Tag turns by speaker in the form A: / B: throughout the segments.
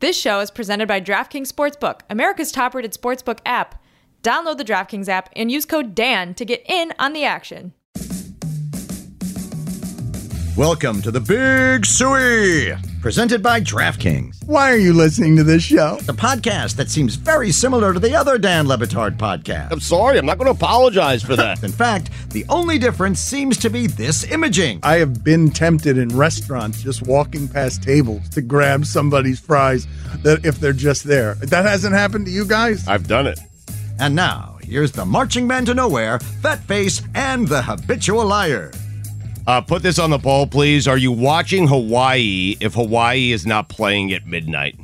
A: This show is presented by DraftKings Sportsbook, America's top rated sportsbook app. Download the DraftKings app and use code DAN to get in on the action.
B: Welcome to the Big Suey, presented by DraftKings,
C: Why are you listening to this show?
B: the podcast that seems very similar to the other Dan Levitard podcast.
D: I'm sorry. I'm not going to apologize for that.
B: In fact, the only difference seems to be this imaging.
C: I have been tempted in restaurants just walking past tables to grab somebody's fries that if they're just there. That hasn't happened to you guys?
D: I've done it.
B: And now, here's the marching man to nowhere, Fat Face, and the habitual liar.
D: Uh, put this on the poll, please. Are you watching Hawaii if Hawaii is not playing at midnight?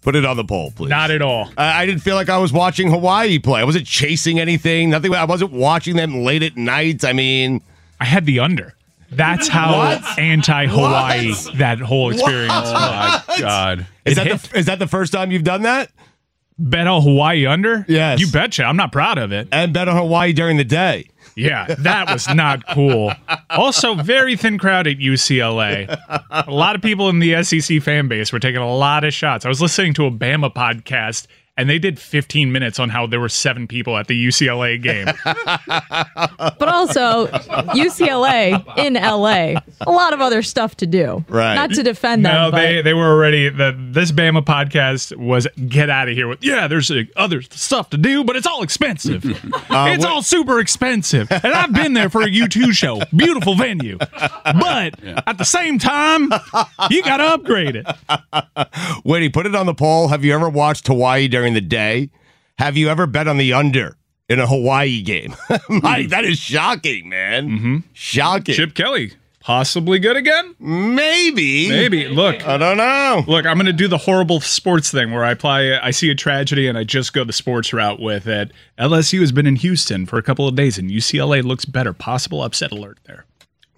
D: Put it on the poll, please.
E: Not at all.
D: I, I didn't feel like I was watching Hawaii play. I wasn't chasing anything. Nothing. I wasn't watching them late at night. I mean,
E: I had the under. That's how
D: What?
E: anti Hawaii
D: What?
E: that whole experience was.
D: What? Oh
E: God.
D: is
E: It
D: that
E: hit.
D: the, is that the first time you've done that?
E: bet on Hawaii under?
D: Yes.
E: You betcha. I'm not proud of it.
D: And bet on Hawaii during the day.
E: Yeah, that was not cool. Also, very thin crowd at UCLA. A lot of people in the SEC fan base were taking a lot of shots. I was listening to a Bama podcast, and they did 15 minutes on how there were seven people at the UCLA game.
A: But also UCLA in LA. A lot of other stuff to do.
D: Right.
A: Not to defend them.
E: No,
A: but
E: they they were already the this Bama podcast was get out of here with yeah. There's uh, other stuff to do, but it's all expensive. it's all super expensive, and I've been there for a U two show, beautiful venue, but at the same time, you got to upgrade it.
D: Wait, put it on the poll. Have you ever watched Hawaii during the day? Have you ever bet on the under in a Hawaii game?
E: Hmm.
D: Mike, that is shocking, man.
E: Mm-hmm.
D: Shocking.
E: Kelly possibly good again,
D: Maybe.
E: Look.
D: I don't know.
E: Look, I'm going to do the horrible sports thing where I apply. I see a tragedy and I just go the sports route with it. LSU has been in Houston for a couple of days, and UCLA looks better. Possible upset alert there.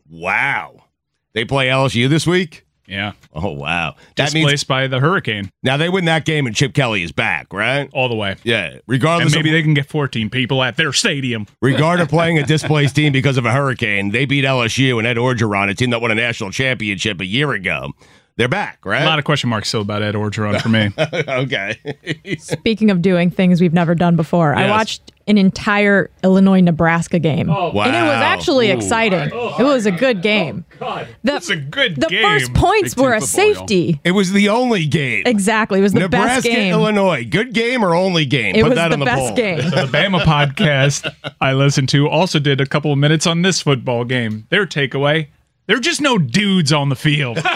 D: Wow. They play LSU this week?
E: Yeah,
D: Oh, wow. That
E: displaced
D: means
E: by the hurricane
D: now they win that game and Chip Kelly is back, right?
E: all the way,
D: Yeah. Regardless
E: Oh. and maybe
D: of,
E: they can get 14 people at their stadium.
D: regard of playing a displaced team because of a hurricane, they beat LSU and Ed Orgeron, a team that won a national championship a year ago. They're back, right?
E: A lot of question marks still about Ed Orgeron for me.
D: okay.
A: speaking of doing things we've never done before, I
D: Yes.
A: watched an entire Illinois Nebraska game.
E: Oh.
A: And it was
D: Wow.
A: actually exciting. It was a good game. The,
E: It's Oh. a good
A: the
E: game.
A: first points were a safety.
D: It was the only game.
A: Exactly. It was the best
D: Nebraska,
A: game.
D: Illinois. Good game or only game?
A: It
D: Put
A: was
D: that
A: the
D: on the
A: best
D: poll.
A: game.
E: So the Bama podcast I listened to also did a couple of minutes on this football game. Their takeaway: there are just no dudes on the field.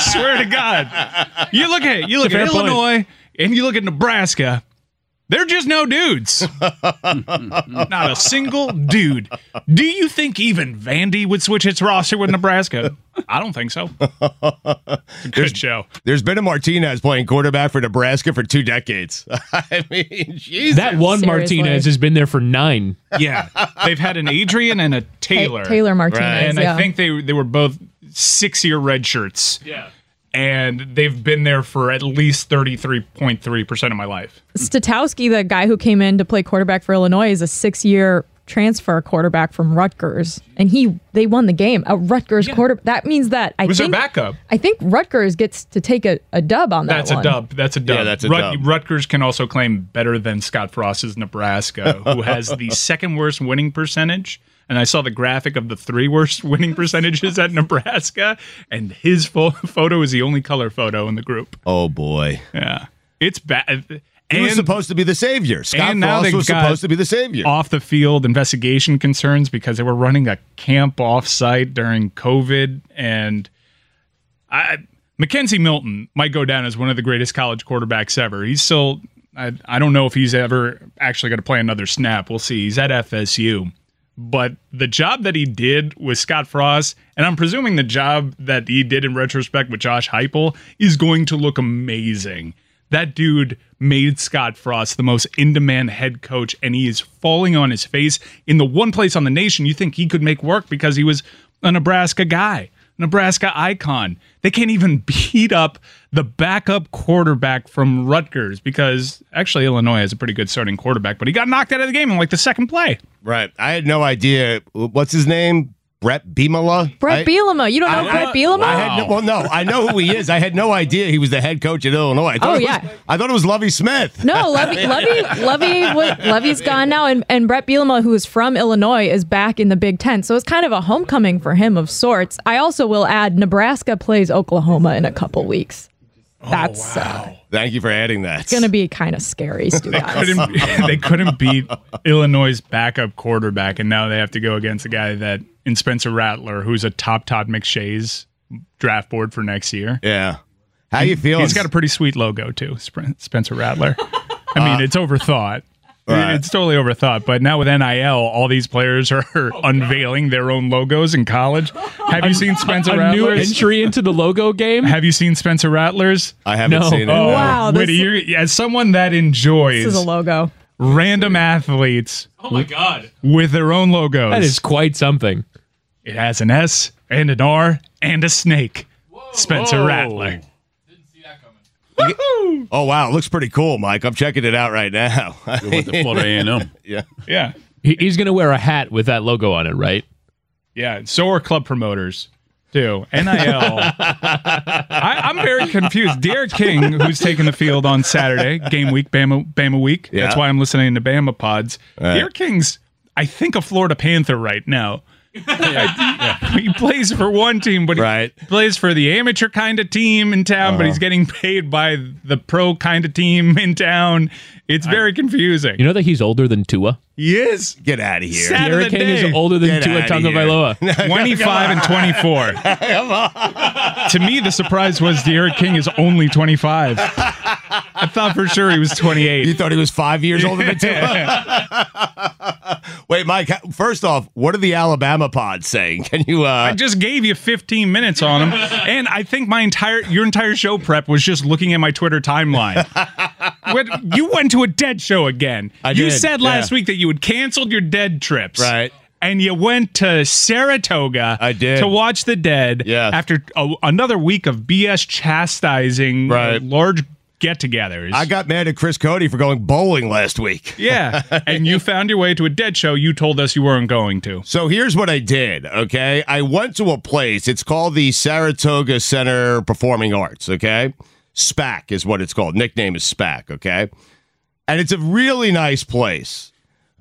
E: Swear to God, you look at you look It's a at fair point. Illinois and you look at Nebraska. They're just no dudes. Not a single dude. Do you think even Vandy would switch its roster with Nebraska? I don't think so. It's a good show.
D: There's been a Martinez playing quarterback for Nebraska for two decades. I mean, Jesus.
F: That one
A: Seriously.
F: Martinez has been there for nine.
E: Yeah. They've had an Adrian and a Taylor.
A: Taylor Martinez.
D: Right.
E: and
A: yeah.
E: I think they they were both six year red shirts. Yeah. And they've been there for at least thirty three point three percent of my life.
A: Statowski, the guy who came in to play quarterback for Illinois, is a six-year transfer quarterback from Rutgers, and he they won the game. A Rutgers quarter that means that I
E: Who's their
A: think
E: backup?
A: I think Rutgers gets to take a, a dub on that.
E: That's
A: one.
E: a dub. That's a dub.
D: Yeah, that's a dub.
E: Rutgers can also claim better than Scott Frost's Nebraska, who has the second worst winning percentage. And I saw the graphic of the three worst winning percentages at Nebraska, and his pho- photo is the only color photo in the group.
D: Oh boy.
E: Yeah, it's bad.
D: He was
E: And
D: supposed to be the savior. Scott
E: and now
D: Frost
E: they've
D: was
E: got-
D: supposed to be the savior.
E: off the field investigation concerns because they were running a camp off site during COVID. And I, Mackenzie Milton might go down as one of the greatest college quarterbacks ever. He's still, I, I don't know if he's ever actually going to play another snap. We'll see. He's at FSU. But the job that he did with Scott Frost, and I'm presuming the job that he did in retrospect with Josh Heupel, is going to look amazing. That dude made Scott Frost the most in-demand head coach, and he is falling on his face in the one place on the nation you think he could make work because he was a Nebraska guy, Nebraska icon. They can't even beat up the backup quarterback from Rutgers because actually Illinois has a pretty good starting quarterback, but he got knocked out of the game in like the second play.
D: right. I had no idea. What's his name? Brett Bielema.
A: Brett
D: I-
A: Bielema. You don't know Brett Bielema?
D: I had no, well, no, I know who he is. I had no idea he was the head coach at Illinois. I thought
A: Oh,
D: it was,
A: yeah.
D: I thought it was Lovey Smith.
A: No, Levy, Levy, Levy, was, Levy's gone now, and, and Brett Bielema, who is from Illinois, is back in the Big Ten. So it's kind of a homecoming for him of sorts. I also will add Nebraska plays Oklahoma in a couple weeks.
E: Oh,
A: That's uh,
D: Thank you for adding that.
A: going to be kind of scary, Stu. guys.
E: couldn't, they couldn't beat Illinois' backup quarterback, and now they have to go against a guy that in Spencer Rattler, who's a top Todd McShay's draft board for next year.
D: Yeah. How you feeling?
E: He's got a pretty sweet logo too, Spr- Spencer Rattler. I mean, it's overthought.
D: Right.
E: It's totally overthought. But now with NIL, all these players are
A: Oh,
E: unveiling their own logos in college. Have you seen Spencer
F: a new
E: Rattler's?
F: entry into the logo game.
E: Have you seen Spencer Rattler's?
D: I haven't
F: No.
D: seen it.
E: Oh,
D: no.
A: Wow,
E: Witty,
A: this-
E: you're, as someone that enjoys
A: This is a logo.
E: random athletes
F: Oh my god,
E: with their own logos.
F: that is quite something.
E: It has an S and an R and a snake. Spencer Rattler.
D: Oh wow, it looks pretty cool, Mike. I'm checking it out right now.
G: With the Florida A&M.
D: yeah.
E: Yeah.
F: He, he's going to wear a hat with that logo on it, right?
E: Yeah. So are club promoters too. NIL. I, I'm very confused. Derek King, who's taking the field on Saturday, game week, Bama, Bama week. That's
D: Yeah.
E: why I'm listening to Bama pods. Derek King's, I think, a Florida Panther right now. he plays for one team, but he
D: Right.
E: plays for the amateur kind of team in town, but he's getting paid by the pro kind of team in town. It's very confusing.
F: You know that he's older than Tua.
E: he is
D: Get out of here.
E: Sad- Out of the
F: Derek King
E: day.
F: is older than
D: Get
F: Tua
D: outta here.
F: Tagovailoa.
E: 25 and 24. to me, the surprise was Derek King is only 25. I thought for sure he was
D: You
E: 28.
D: thought he was five years older than two? Wait, Mike. ha- First off, what are the Alabama pods saying? Can you?
E: I
D: uh
E: just gave you 15 minutes on him, and I think my entire your entire show prep was just looking at my Twitter timeline. What, you went to a dead show again.
D: I
E: you
D: did,
E: said last
D: yeah.
E: week that you had canceled your dead trips,
D: Right.
E: And you went to Saratoga.
D: I did.
E: to watch the dead.
D: Yeah.
E: After a, another week of BS chastising
D: Right.
E: large get-togethers.
D: I got mad at Chris Cody for going bowling last week.
E: yeah, and you found your way to a dead show. You told us you weren't going to.
D: So here's what I did, okay? I went to a place. It's called the Saratoga Center Performing Arts, okay? SPAC is what it's called. Nickname is SPAC, okay? And it's a really nice place,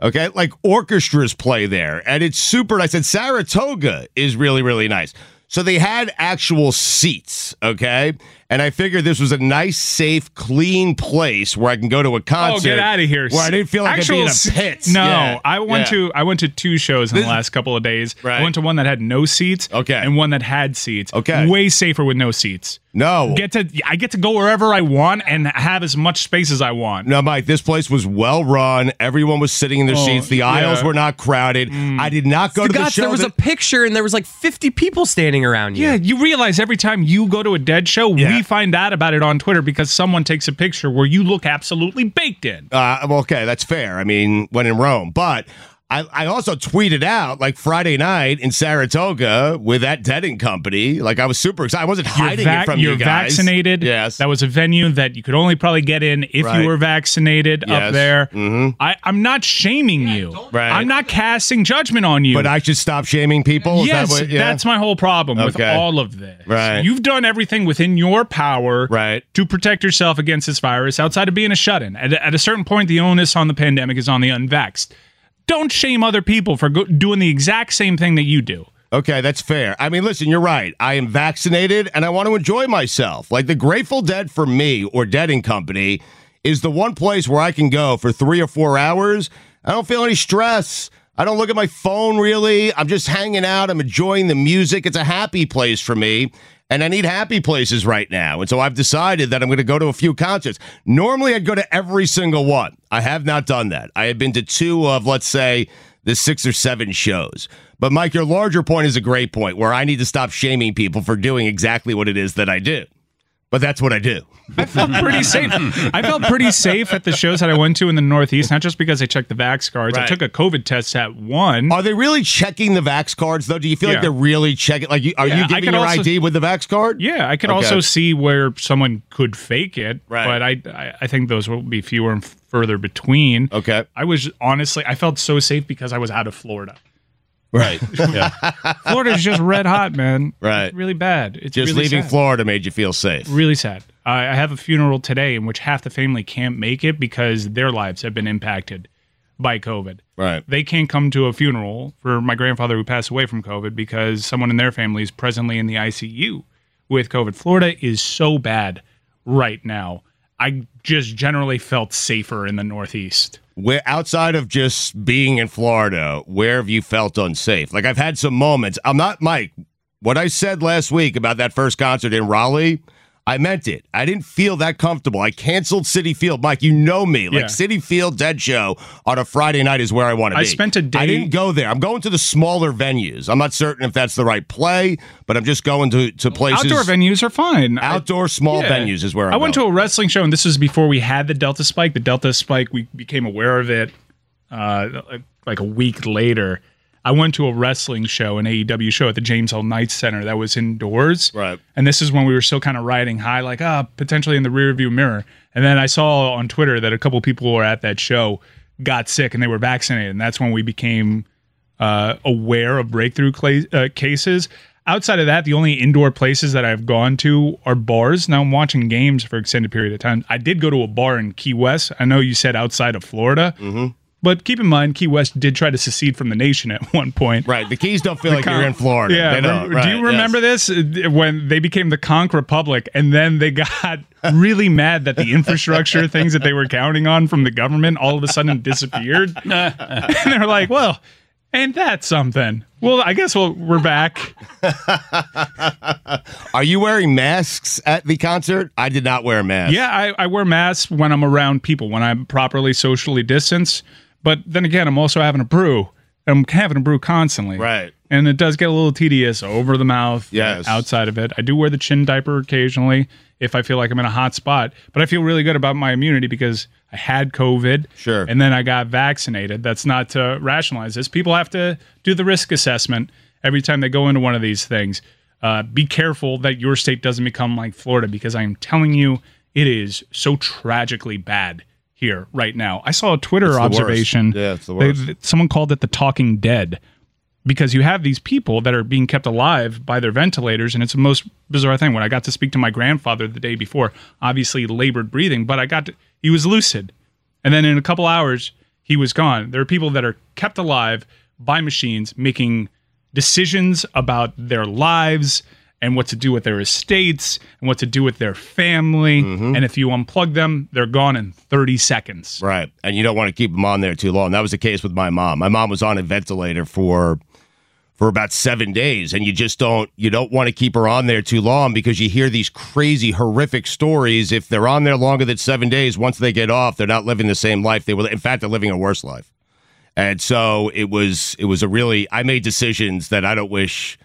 D: okay? Like orchestras play there, and it's super nice. And Saratoga is really, really nice. So they had actual seats, okay? And I figured this was a nice, safe, clean place where I can go to a
E: Oh,
D: concert.
E: get out of here!
D: Where I didn't feel like I'd
E: Actual
D: be
E: se-
D: in a pit.
E: No,
D: Yeah,
E: I went
D: yeah.
E: to I went to two shows in the last couple of days.
D: Right.
E: I went to one that had no seats.
D: Okay.
E: and one that had seats.
D: Okay.
E: way safer with no seats.
D: no
E: Get to I get to go wherever I want and have as much space as I want.
D: No, Mike, this place was well run. Everyone was sitting in their
E: Oh,
D: seats. The aisles
E: yeah. Mm.
D: were not crowded. I did not go to the
H: Gots,
D: show.
H: there was a
D: that-
H: picture and there was like 50 people standing around you.
E: Yeah, you realize every time you go to a dead show, we find out about it on Twitter because someone takes a picture where you look absolutely baked in.
D: uh, well, okay, that's fair. I mean, when in Rome. But I, I also tweeted out like Friday night in Saratoga with that dead and company. Like I was super excited. I wasn't hiding
E: vac-
D: it from
E: you're
D: you guys.
E: vaccinated.
D: Yes.
E: That was a venue that you could only probably get in if
D: Right.
E: you were vaccinated
D: Yes. Mm-hmm.
E: up there. I, I'm not shaming you.
D: Right.
E: I'm not casting judgment on you.
D: but I should stop shaming people. Is that
E: yes,
D: what- yeah?
E: that's my whole problem with
D: Okay.
E: all of this.
D: Right.
E: You've done everything within your power
D: Right.
E: to protect yourself against this virus outside of being a shut in. At, at a certain point, the onus on the pandemic is on the unvaxxed. Don't shame other people for go- doing the exact same thing that you do.
D: Okay, that's fair. I mean, listen, you're right. I am vaccinated and I want to enjoy myself. Like the Grateful Dead for me or Dead and Company is the one place where I can go for three or four hours. I don't feel any stress. I don't look at my phone really. I'm just hanging out. I'm enjoying the music. It's a happy place for me. And I need happy places right now. And so I've decided that I'm going to go to a few concerts. Normally, I'd go to every single one. I have not done that. I have been to two of, let's say, the six or seven shows. But Mike, your larger point is a great point where I need to stop shaming people for doing exactly what it is that I do. But that's what I do.
E: I felt pretty safe. I felt pretty safe at the shows that I went to in the Northeast, not just because I checked the vax cards. I
D: Right. Oh.
E: took a COVID test at one.
D: Are they really checking the Vax cards though? Do you feel like
E: Yeah.
D: they're really checking? Like, you, are
E: Yeah, I
D: you giving
E: could
D: your
E: also-
D: ID with the Vax card?
E: Yeah, I could
D: Okay.
E: also see where someone could fake it,
D: Oh, Right.
E: but I, I I think those will be fewer and further between.
D: Okay.
E: I was honestly I felt so safe because I was out of Florida.
F: Right. yeah.
E: Florida's just red hot, man.
D: Right.
E: It's really bad. It's
D: Just
E: really
D: leaving
E: sad.
D: Florida made you feel safe.
E: Really sad. I, I have a funeral today in which half the family can't make it because their lives have been impacted by COVID.
D: Right.
E: They can't come to a funeral for my grandfather who passed away from COVID because someone in their family is presently in the ICU with COVID. Florida is so bad right now. I just generally felt safer in the Northeast.
D: Where outside of just being in Florida, where have you felt unsafe? Like I've had some moments. I'm not Mike. What I said last week about that first concert in Raleigh, I meant it. I didn't feel that comfortable. I canceled City Field, Mike. You know me. Like
E: Yeah.
D: City Field Dead Show on a Friday night is where I want to
E: I
D: be.
E: spent a
D: I
E: day-
D: didn't go there. I'm going to the smaller venues. I'm not certain if that's the right play, but I'm just going to to places.
E: Outdoor venues are fine. I-
D: Outdoor small
E: Yeah.
D: venues is where I'm
E: I went
D: going.
E: to a wrestling show, and this was before we had the Delta spike. The Delta spike, we became aware of it uh, like- like a week later. I went to a wrestling show, an AEW show at the James L. Knight Center that was indoors.
D: Right.
E: And this is when we were still kind of riding high, like, ah, potentially in the rearview mirror. And then I saw on Twitter that a couple people who were at that show got sick and they were vaccinated. And that's when we became uh, aware of breakthrough cla- uh, cases. Outside of that, the only indoor places that I've gone to are bars. Now I'm watching games for extended period of time. I did go to a bar in Key West. I know you said outside of Florida, but keep in mind Key West did try to secede from the nation at one point.
D: Right. The keys don't feel like
E: Con-
D: you're in Florida.
E: Yeah.
D: They don't.
E: rem-
D: Right,
E: Do you remember
D: yes.
E: this Uh, when they became the Conk Republic, and then they got really mad that the infrastructure things that they were counting on from the government all of a sudden disappeared, and they're like, "Well, ain't that something?" Well, I guess we'll, we're back.
D: Are you wearing masks at the concert? I did not wear a mask.
E: Yeah, I, I wear masks when I'm around people when I'm properly socially distanced. But then again, I'm also having a brew. I'm having a brew constantly.
D: Right.
E: And it does get a little tedious over the mouth.
D: Yes.
E: Outside of it, I do wear the chin diaper occasionally if I feel like I'm in a hot spot. But I feel really good about my immunity because I had COVID.
D: Sure.
E: And then I got vaccinated. That's not to rationalize this. People have to do the risk assessment every time they go into one of these things. Uh, be careful that your state doesn't become like Florida because I am telling you, it is so tragically bad here right now. I saw a Twitter
D: the worst.
E: observation.
D: Yeah, it's the
E: They-
D: worst.
E: th- someone called it the talking dead because you have these people that are being kept alive by their ventilators and it's the most bizarre thing when i got to speak to my grandfather the day before obviously labored breathing but i got to, he was lucid and then in a couple hours he was gone there are people that are kept alive by machines making decisions about their lives and what to do with their estates and what to do with their family and if you unplug them they're gone in 30 seconds
D: Right. And you don't want to keep them on there too long. That was the case with my mom. My mom was on a ventilator for for about 7 days and you just don't you don't want to keep her on there too long because you hear these crazy horrific stories if they're on there longer than 7 days once they get off they're not living the same life they were in fact they're living a worse life. And so it was it was a really I made decisions that I don't wish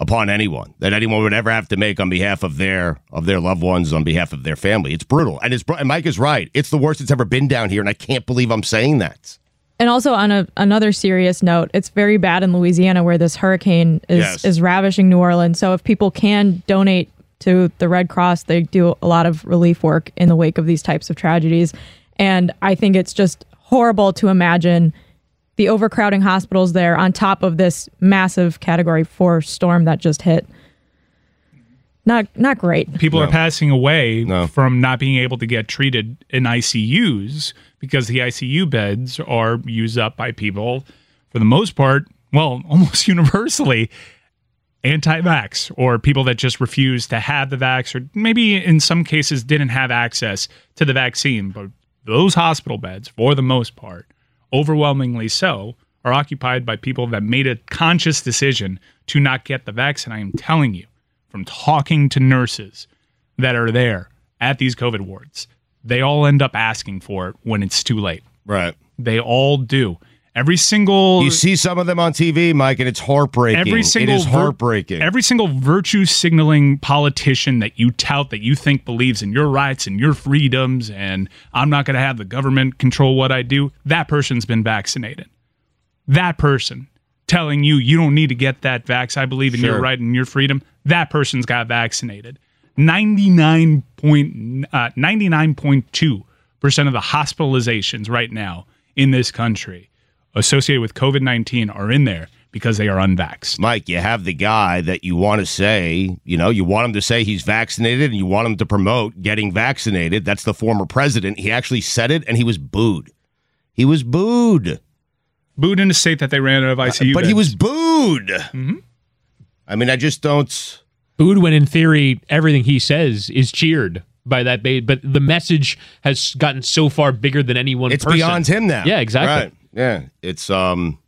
D: upon anyone that anyone would ever have to make on behalf of their of their loved ones on behalf of their family it's brutal and it's br- and mike is right it's the worst it's ever been down here and i can't believe i'm saying that
A: And also on a, another serious note, it's very bad in Louisiana where this hurricane is
D: Yes.
A: is ravishing New Orleans. So if people can donate to the Red Cross, they do a lot of relief work in the wake of these types of tragedies. And I think it's just horrible to imagine the overcrowding hospitals there on top of this massive category 4 storm that just hit. Not not great.
E: people are passing away
D: No.
E: from not being able to get treated in ICUs because the ICU beds are used up by people for the most part, well, almost universally anti-vax or people that just refuse to have the vax or maybe in some cases didn't have access to the vaccine, but those hospital beds for the most part, overwhelmingly so, are occupied by people that made a conscious decision to not get the vaccine. I am telling you, from talking to nurses that are there at these COVID wards, they all end up asking for it when it's too late.
D: right
E: They all do. Every single
D: you see some of them on tv mike and it's heartbreaking
E: every single
D: it is
E: vir-
D: heartbreaking
E: every single virtue signaling politician that you tout that you think believes in your rights and your freedoms and I'm not going to have the government control what I do, that person's been vaccinated. That person telling you you don't need to get that vax, I believe in your
D: Sure.
E: right and your freedom, that person's got vaccinated. 99 point, uh, 99.2% of the hospitalizations right now in this country associated with COVID 19 are in there because they are unvaxxed.
D: Mike, you have the guy that you want to say, you know, you want him to say he's vaccinated and you want him to promote getting vaccinated. That's the former president. He actually said it and he was booed. He was booed.
E: Booed in a state that they ran out of ICU.
D: Uh, but he was
E: beds.
D: booed.
E: Mm-hmm.
D: I mean, I just don't.
F: Food, when in theory everything he says is cheered by that baby, but the message has gotten so far bigger than any one
D: It's
F: person.
D: beyond him now.
F: Yeah, exactly.
D: Right. Yeah, it's um,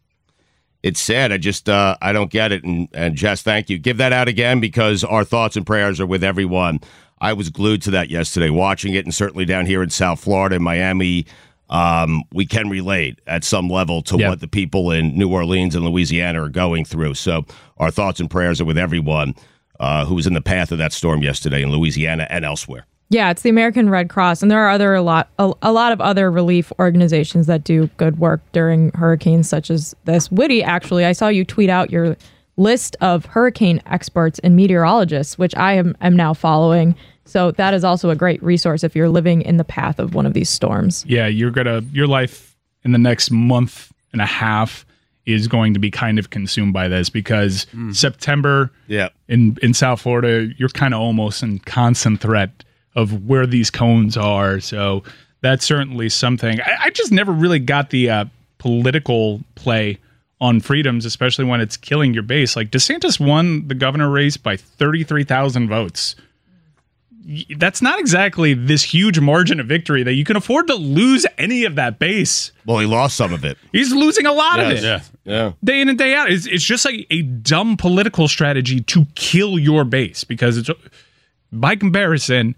D: it's sad. I just uh, I don't get it. And and Jess, thank you. Give that out again because our thoughts and prayers are with everyone. I was glued to that yesterday, watching it, and certainly down here in South Florida, in Miami. Um, we can relate at some level to
F: Yeah.
D: what the people in New Orleans and Louisiana are going through. So our thoughts and prayers are with everyone uh, who was in the path of that storm yesterday in Louisiana and elsewhere.
A: Yeah, it's the American Red Cross, and there are other a lot a, a lot of other relief organizations that do good work during hurricanes such as this. Woody, actually, I saw you tweet out your list of hurricane experts and meteorologists, which I am, am now following. So that is also a great resource if you're living in the path of one of these storms.
E: yeah, you're gonna your life in the next month and a half is going to be kind of consumed by this because September
D: Hmm. Yeah.
E: in in South Florida, you're kind of almost in constant threat of where these cones are. So that's certainly something. I, I just never really got the uh, political play on freedoms, especially when it's killing your base. Like DeSantis won the governor race by thirty three thousand votes. Y- That's not exactly this huge margin of victory that you can afford to lose any of that base.
D: Well, he lost some of it.
E: He's losing a lot of it
D: Yeah.
E: day in and day out. It's, it's just like a dumb political strategy to kill your base because it's, by comparison,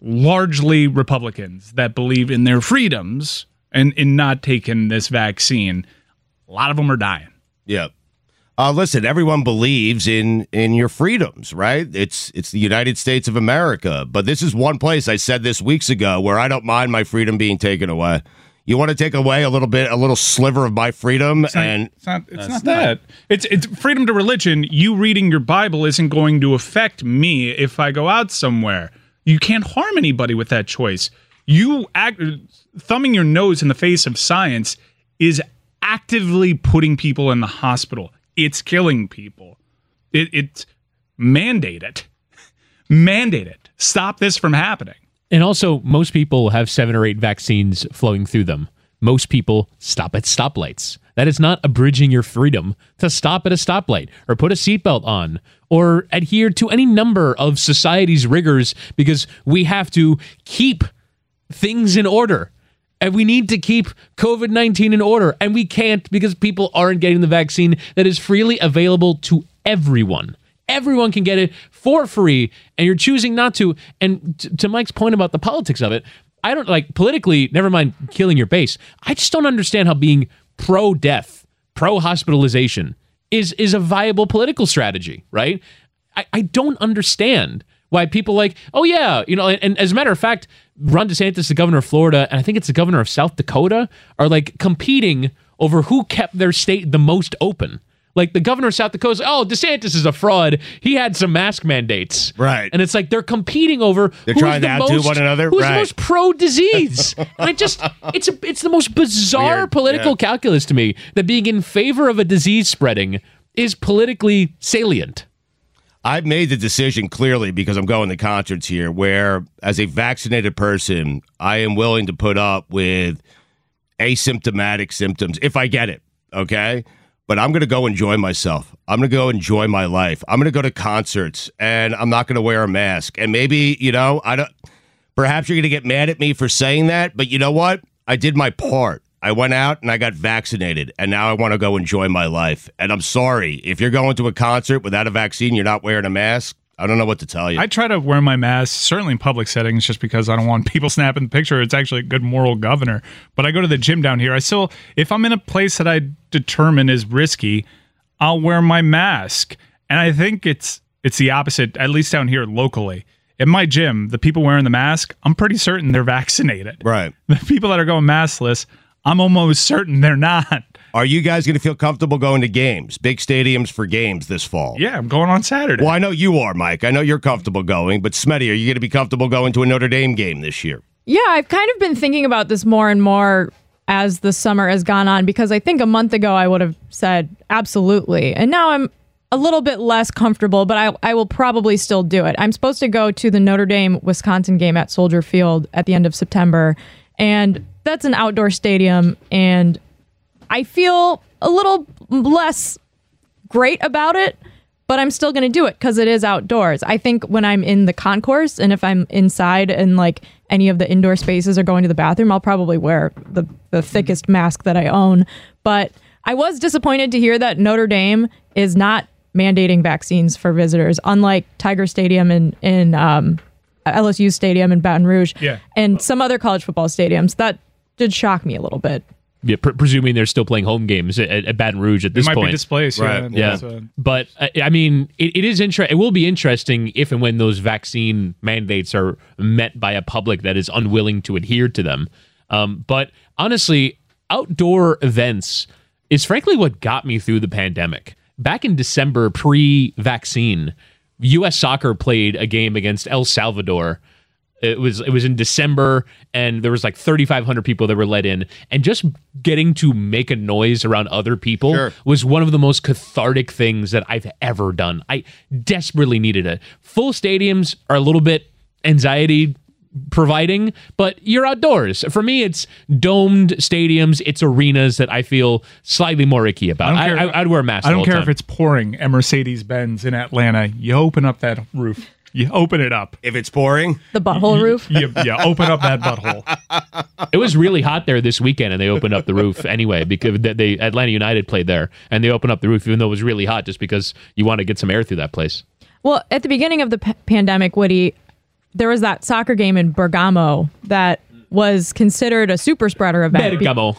E: largely Republicans that believe in their freedoms and in not taking this vaccine. A lot of them are dying.
D: Yeah. Uh, listen, everyone believes in in your freedoms, right? It's it's the United States of America, but this is one place I said this weeks ago where I don't mind my freedom being taken away. You want to take away a little bit, a little sliver of my freedom, and
E: it's not. It's not that. It's it's freedom to religion. You reading your Bible isn't going to affect me if I go out somewhere. You can't harm anybody with that choice. You act thumbing your nose in the face of science is actively putting people in the hospital. It's killing people. It it's mandate it. mandate it. Stop this from happening.
F: And also, most people have seven or eight vaccines flowing through them. Most people stop at stoplights. That is not abridging your freedom to stop at a stoplight or put a seatbelt on or adhere to any number of society's rigors because we have to keep things in order. And we need to keep COVID 19 in order. And we can't because people aren't getting the vaccine that is freely available to everyone. Everyone can get it for free, and you're choosing not to. And t- to Mike's point about the politics of it, I don't like politically, never mind killing your base. I just don't understand how being pro death, pro hospitalization is, is a viable political strategy, right? I, I don't understand why people like, oh yeah, you know, and, and as a matter of fact, Ron DeSantis, the governor of Florida, and I think it's the governor of South Dakota, are like competing over who kept their state the most open. Like the governor of South Dakota's, oh, DeSantis is a fraud. He had some mask mandates.
D: Right.
F: And it's like they're competing over
D: They're
F: who's
D: trying to
F: the
D: outdo
F: most-
D: one another?
F: Who's
D: Right.
F: the most pro disease? and I just it's a, it's the most bizarre
D: Weird,
F: political
D: yeah.
F: calculus to me that being in favor of a disease spreading is politically salient.
D: I've made the decision clearly because I'm going to concerts here where, as a vaccinated person, I am willing to put up with asymptomatic symptoms if I get it. Okay. But I'm going to go enjoy myself. I'm going to go enjoy my life. I'm going to go to concerts and I'm not going to wear a mask. And maybe, you know, I don't, perhaps you're going to get mad at me for saying that, but you know what? I did my part. I went out and I got vaccinated, and now I want to go enjoy my life. And I'm sorry if you're going to a concert without a vaccine, you're not wearing a mask. I don't know what to tell you.
E: I try to wear my mask, certainly in public settings, just because I don't want people snapping the picture. It's actually a good moral governor. But I go to the gym down here. I still, if I'm in a place that I determine is risky, I'll wear my mask. And I think it's it's the opposite, at least down here locally. In my gym, the people wearing the mask, I'm pretty certain they're vaccinated.
D: right.
E: The people that are going maskless, I'm almost certain they're not.
D: Are you guys going to feel comfortable going to games, big stadiums for games this fall?
E: Yeah, I'm going on Saturday.
D: Well, I know you are, Mike. I know you're comfortable going, but Smetty, are you going to be comfortable going to a Notre Dame game this year?
A: Yeah, I've kind of been thinking about this more and more as the summer has gone on because I think a month ago I would have said absolutely. And now I'm a little bit less comfortable, but I, I will probably still do it. I'm supposed to go to the Notre Dame Wisconsin game at Soldier Field at the end of September. And that's an outdoor stadium. And I feel a little less great about it, but I'm still going to do it because it is outdoors. I think when I'm in the concourse and if I'm inside and like any of the indoor spaces or going to the bathroom, I'll probably wear the, the thickest mask that I own. But I was disappointed to hear that Notre Dame is not mandating vaccines for visitors, unlike Tiger Stadium in, in um, LSU Stadium in Baton Rouge
E: Yeah.
A: and some other college football stadiums. That did shock me a little bit.
F: Yeah, pre- presuming they're still playing home games at, at Baton Rouge at
E: It
F: this
E: might be
F: point.
E: displaced.
D: Right.
E: Yeah.
F: yeah,
E: It's, uh,
F: but I, I mean, it, it is inter- It will be interesting if and when those vaccine mandates are met by a public that is unwilling to adhere to them. Um, but honestly, outdoor events is frankly what got me through the pandemic. Back in December, pre-vaccine, U.S. soccer played a game against El Salvador it was it was in December and there was like 3500 people that were let in and just getting to make a noise around other people
D: Sure.
F: was one of the most cathartic things that I've ever done. I desperately needed it. Full stadiums are a little bit anxiety providing, but you're outdoors. For me it's domed stadiums, it's arenas that I feel slightly more icky about.
E: don't
F: I
E: care-
F: I, would wear a mask
E: I
F: the
E: don't
F: whole
E: care
F: time.
E: if it's pouring at Mercedes Benz in Atlanta. You open up that roof. You open it up.
D: If it's pouring,
A: The butthole roof.
E: You, you open up that butthole.
F: It was really hot there this weekend, and they opened up the roof anyway because they, they Atlanta United played there, and they opened up the roof even though it was really hot, just because you want to get some air through that place.
A: Well, at the beginning of the p- pandemic, Woody, there was that soccer game in Bergamo that was considered a super spreader event. Be-
F: Bergamo.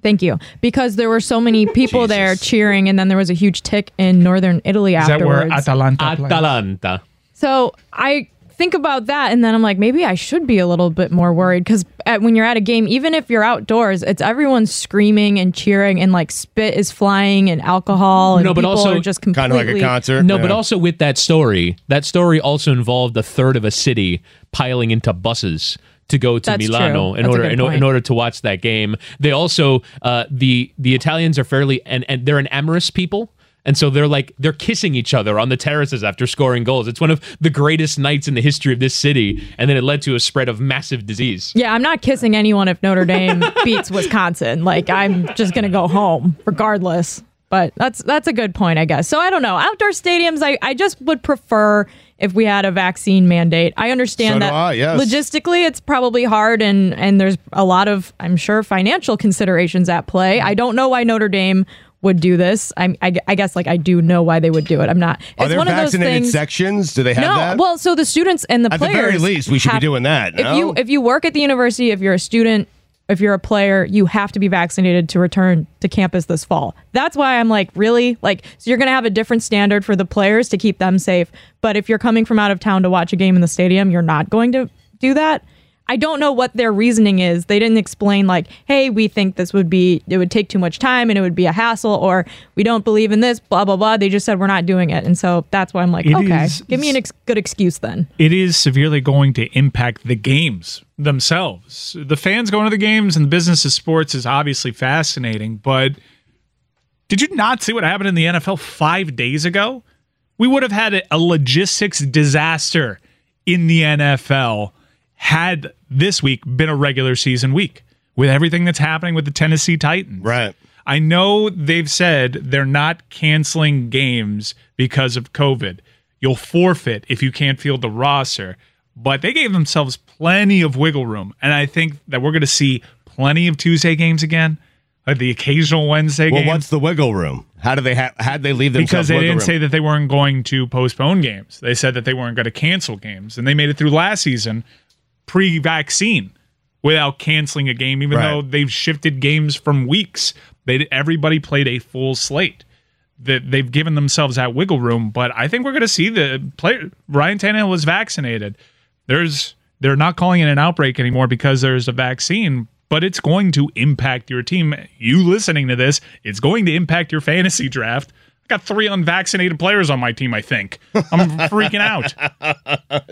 A: Thank you. Because there were so many people there cheering, and then there was a huge tick in northern Italy
E: Is that where
A: afterwards.
E: Atalanta plays?
F: Atalanta.
A: so I think about that, and then I'm like, maybe I should be a little bit more worried because when you're at a game, even if you're outdoors, it's everyone screaming and cheering, and like spit is flying, and alcohol, and
F: No, but
A: people
F: also
A: are just
D: kind
A: completely
D: of like a concert.
F: No,
D: yeah.
F: but also with that story, that story also involved a third of a city piling into buses to go to
A: That's
F: Milano
A: true.
F: in
A: That's a
F: order
A: good
F: in, o- in
A: point.
F: order to watch that game. They also uh, the the Italians are fairly and, and they're an amorous people. And so they're like they're kissing each other on the terraces after scoring goals. It's one of the greatest nights in the history of this city, and then it led to a spread of massive disease.
A: Yeah, I'm not kissing anyone if Notre Dame beats Wisconsin. Like I'm just gonna go home regardless. But that's that's a good point, I guess. So I don't know. Outdoor stadiums, I, I just would prefer if we had a vaccine mandate. I understand
D: So do
A: that
D: I, yes.
A: logistically it's probably hard and and there's a lot of I'm sure financial considerations at play. I don't know why Notre Dame would do this. I'm, I, I guess like I do know why they would do it. I'm not.
D: are
A: it's
D: there
A: one of those
D: vaccinated
A: things.
D: sections? Do they have
A: No,
D: that?
A: well, so the students and the
D: At the
A: players.
D: very least, we should be
A: have-
D: doing that,
A: If
D: no?
A: you if you work at the university, if you're a student, if you're a player, you have to be vaccinated to return to campus this fall. That's why I'm like, really, like, so you're gonna have a different standard for the players to keep them safe. But if you're coming from out of town to watch a game in the stadium, you're not going to do that. I don't know what their reasoning is. They didn't explain like, "Hey, we think this would be it would take too much time and it would be a hassle," or "We don't believe in this." Blah blah blah. They just said we're not doing it, and so that's why I'm like,
E: It
A: okay,
E: is-
A: give me an ex- good excuse then.
E: it is severely going to impact the games themselves. The fans going to the games and the business of sports is obviously fascinating, but did you not see what happened in the NFL five days ago? We would have had a logistics disaster in the NFL had this week been a regular season week with everything that's happening with the Tennessee Titans.
D: right.
E: I know they've said they're not canceling games because of COVID. You'll forfeit if you can't field the roster, but they gave themselves plenty of wiggle room. And I think that we're going to see plenty of Tuesday games again, or the occasional Wednesday
D: Well,
E: games.
D: what's the wiggle room? How do they ha- how'd they leave themselves
E: because they
D: wiggle
E: didn't
D: room?
E: say that they weren't going to postpone games. They said that they weren't going to cancel games. And they made it through last season pre vaccine without canceling a game, even
D: Right.
E: though they've shifted games from weeks. They everybody played a full slate. That they've given themselves that wiggle room, but I think we're going to see the player. Ryan Tannehill was vaccinated. There's they're not calling it an outbreak anymore because there's a vaccine, but it's going to impact your team. You listening to this, it's going to impact your fantasy draft. I got three unvaccinated players on my team. I think I'm freaking out.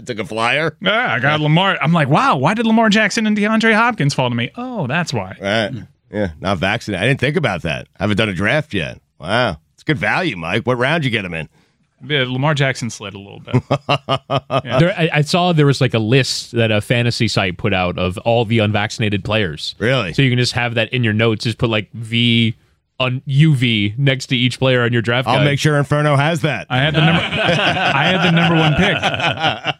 D: took a flyer.
E: Yeah, I got Lamar. I'm like, wow, why did Lamar Jackson and DeAndre Hopkins fall to me? Oh, that's why.
D: Right. Yeah, not vaccinated. I didn't think about that. I haven't done a draft yet. Wow. It's good value, Mike. What round you get him in?
E: Yeah, Lamar Jackson slid a little bit.
F: There, I, I saw there was like a list that a fantasy site put out of all the unvaccinated players.
D: Really?
F: So you can just have that in your notes. Just put like V on UV next to each player on your draft.
D: I'll
F: guide.
D: make sure Inferno has that.
E: I had the number. I had the number one pick.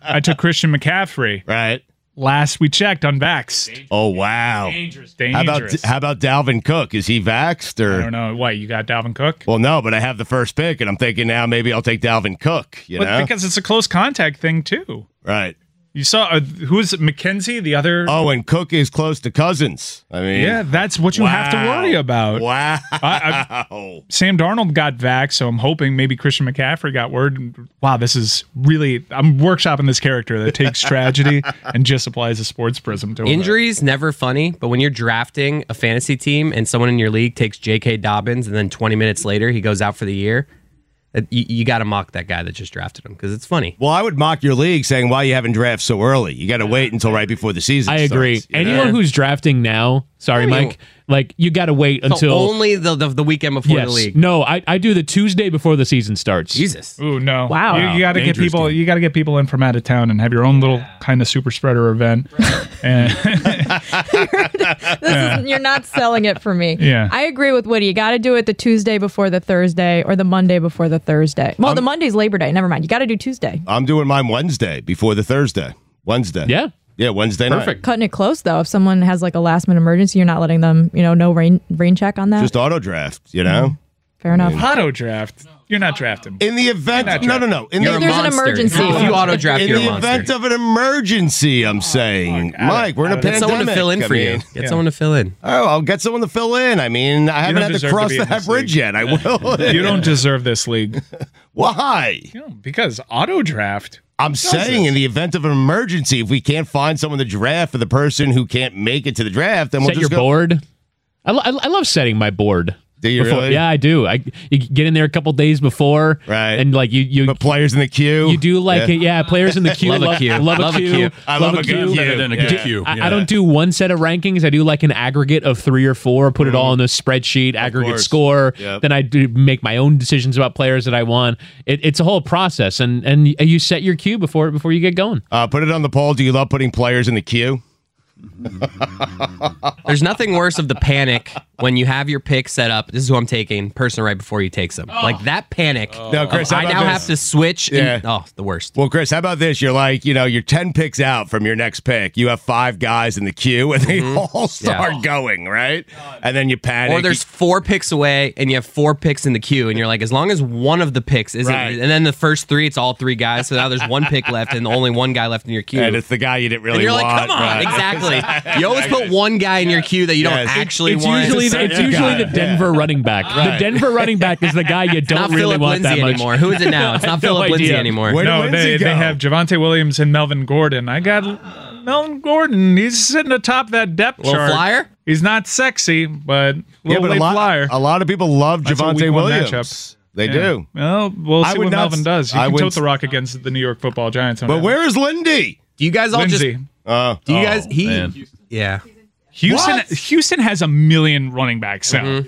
E: I took Christian McCaffrey.
D: right.
E: Last we checked, unvaxxed.
D: Oh wow.
E: Dangerous.
D: How about
E: Dangerous.
D: how about Dalvin Cook? Is he vaxxed
E: I
D: or
E: don't know. Why you got Dalvin Cook?
D: well no, but I have the first pick and I'm thinking now maybe I'll take Dalvin Cook, you
E: But
D: know?
E: because it's a close contact thing too.
D: right.
E: You saw uh, who is it? McKenzie, the other.
D: Oh, and Cook is close to cousins. I mean
E: yeah, that's what you have to
D: wow.
E: worry about.
D: Wow.
E: I- Sam Darnold got vax, so I'm hoping maybe Christian McCaffrey got word. and- Wow, this is really I'm workshopping this character that takes tragedy and just applies a sports prism to it.
H: Injuries never funny, but when you're drafting a fantasy team and someone in your league takes J.K. Dobbins and then 20 minutes later he goes out for the year, that- you, you got to mock that guy that just drafted him because it's funny.
D: well, I would mock your league saying why you haven't drafted so early. You got to wait until right before the season.
F: I agree.
D: starts, you know?
F: Anyone who's drafting now, sorry,
H: I mean-
F: Mike, like you got to wait
H: So
F: until
H: only the, the the weekend before the
F: yes.
H: league.
F: No, I, I do the Tuesday before the season starts.
D: Mm.
H: Jesus.
E: Ooh no!
A: Wow.
E: You, you got to get
D: Dangerous
E: people.
D: dude.
E: You got to get people in from out of town and have your own little kind of super spreader event. and
A: This is, you're not selling it for me.
E: Yeah.
A: I agree with Woody. You got to do it the Tuesday before the Thursday or the Monday before the Thursday. Well, the Monday's Labor Day. Never mind. You got to do Tuesday.
D: I'm doing mine Wednesday before the Thursday. Wednesday.
F: Yeah.
D: Yeah, Wednesday night.
F: Perfect.
A: Cutting it close though. If someone has like a last minute emergency, you're not letting them, you know, no rain rain check on that.
D: Just auto draft, you know?
A: Fair enough.
E: auto draft. You're not drafting.
H: Mm-hmm.
D: In the event No, no, no. In
H: You're
D: the
H: a
A: There's an
H: monster.
A: emergency.
H: If you auto draft,
D: in
H: you're a
D: the
H: monster.
D: event of an emergency,
E: Oh,
D: I'm saying, Mike, we're in a
H: Get
D: pandemic.
H: someone to fill in
D: I
H: for you.
D: mean,
H: Get someone to fill in.
D: Oh, I'll get someone to fill in. I mean, I haven't
E: don't
D: had to
E: deserve to
D: cross
E: be in
D: that
E: this
D: bridge
E: league.
D: yet. I will.
E: You don't deserve this league.
D: Why?
E: You know, because auto draft.
D: I'm saying, in the event of an emergency, if we can't find someone to draft for the person who can't make it to the draft, then we'll
F: Set
D: just
F: your
D: go.
F: board. I, lo- I, I love setting my board.
D: Do you
F: before-
D: really?
F: Yeah, I do. I you get in there a couple days before,
D: Right.
F: And like you, you
D: But players in the queue.
F: You do like
D: Yeah.
F: yeah, players in the queue.
H: Love a queue.
F: Love
H: Love
F: a
H: a
F: queue.
H: queue.
D: I love a good
F: queue.
D: queue.
G: Better than a good
D: Yeah.
G: queue.
F: I,
G: Yeah.
F: I don't do one set of rankings. I do like an aggregate of three or four, put it all in a spreadsheet, aggregate
D: course.
F: score.
D: Yep.
F: Then I do make my own decisions about players that I want. It, it's a whole process, and and you set your queue before before you get going.
D: Uh, put it on the poll. Do you love putting players in the queue?
H: There's nothing worse of the panic when you have your pick set up. This is who I'm taking. Person right before you takes them. Like that panic.
D: No, Oh. Chris,
H: I
D: how about
H: now
D: this?
H: have to switch. and-
D: Yeah.
H: oh, the worst.
D: Well, Chris, how about this? You're like, you know, you're 10 picks out from your next pick. You have five guys in the queue and they all start going, right? And then you panic.
H: Mm-hmm. Or there's four picks away, and you have four picks in the queue, and you're like, as long as one of the picks isn't,
D: Right.
H: and then the first three, it's all three guys. So now there's one pick left, and only one guy left in your queue.
D: and it's the guy you didn't really
H: and you're
D: want.
H: like, come on,
D: right?
H: exactly. You always put one guy in your queue that you
D: Yes.
H: don't
D: It's-
H: actually
F: it's
H: want.
F: usually the, it's
D: Yeah.
F: usually the
D: Yeah.
F: Denver running back. The Denver running back is the guy you don't
H: not
F: really
H: Philip
F: want
H: Lindsay
F: that much.
H: anymore. Who is it now? It's not
F: no
H: Philip Lindsay
F: idea.
H: anymore.
D: Where did
E: no, they,
D: Lindsay
E: they
D: go?
E: have Javante Williams and Melvin Gordon. I got L- Melvin Gordon. He's sitting atop that depth
H: Little
E: chart.
H: flyer?
E: He's not sexy, but
D: Yeah,
E: little
D: but a
E: late
D: lot,
E: flyer.
D: a lot of people love
E: That's a
D: Javante
E: week one
D: Williams.
E: matchup.
D: They
E: Yeah.
D: do.
E: Well, we'll
D: I
E: see
D: would
E: what
D: not-
E: Melvin does. He
D: I
E: can
D: would-
E: tote the rock against the New York Football Giants. on
D: But
E: that.
D: where is Uh, Lindsay? Oh,
H: Do you guys all
E: Lindsay?
H: just? Do you
E: Oh,
H: guys? He, yeah.
E: Houston.
D: What? Mm-hmm.
E: Houston has a million running backs now.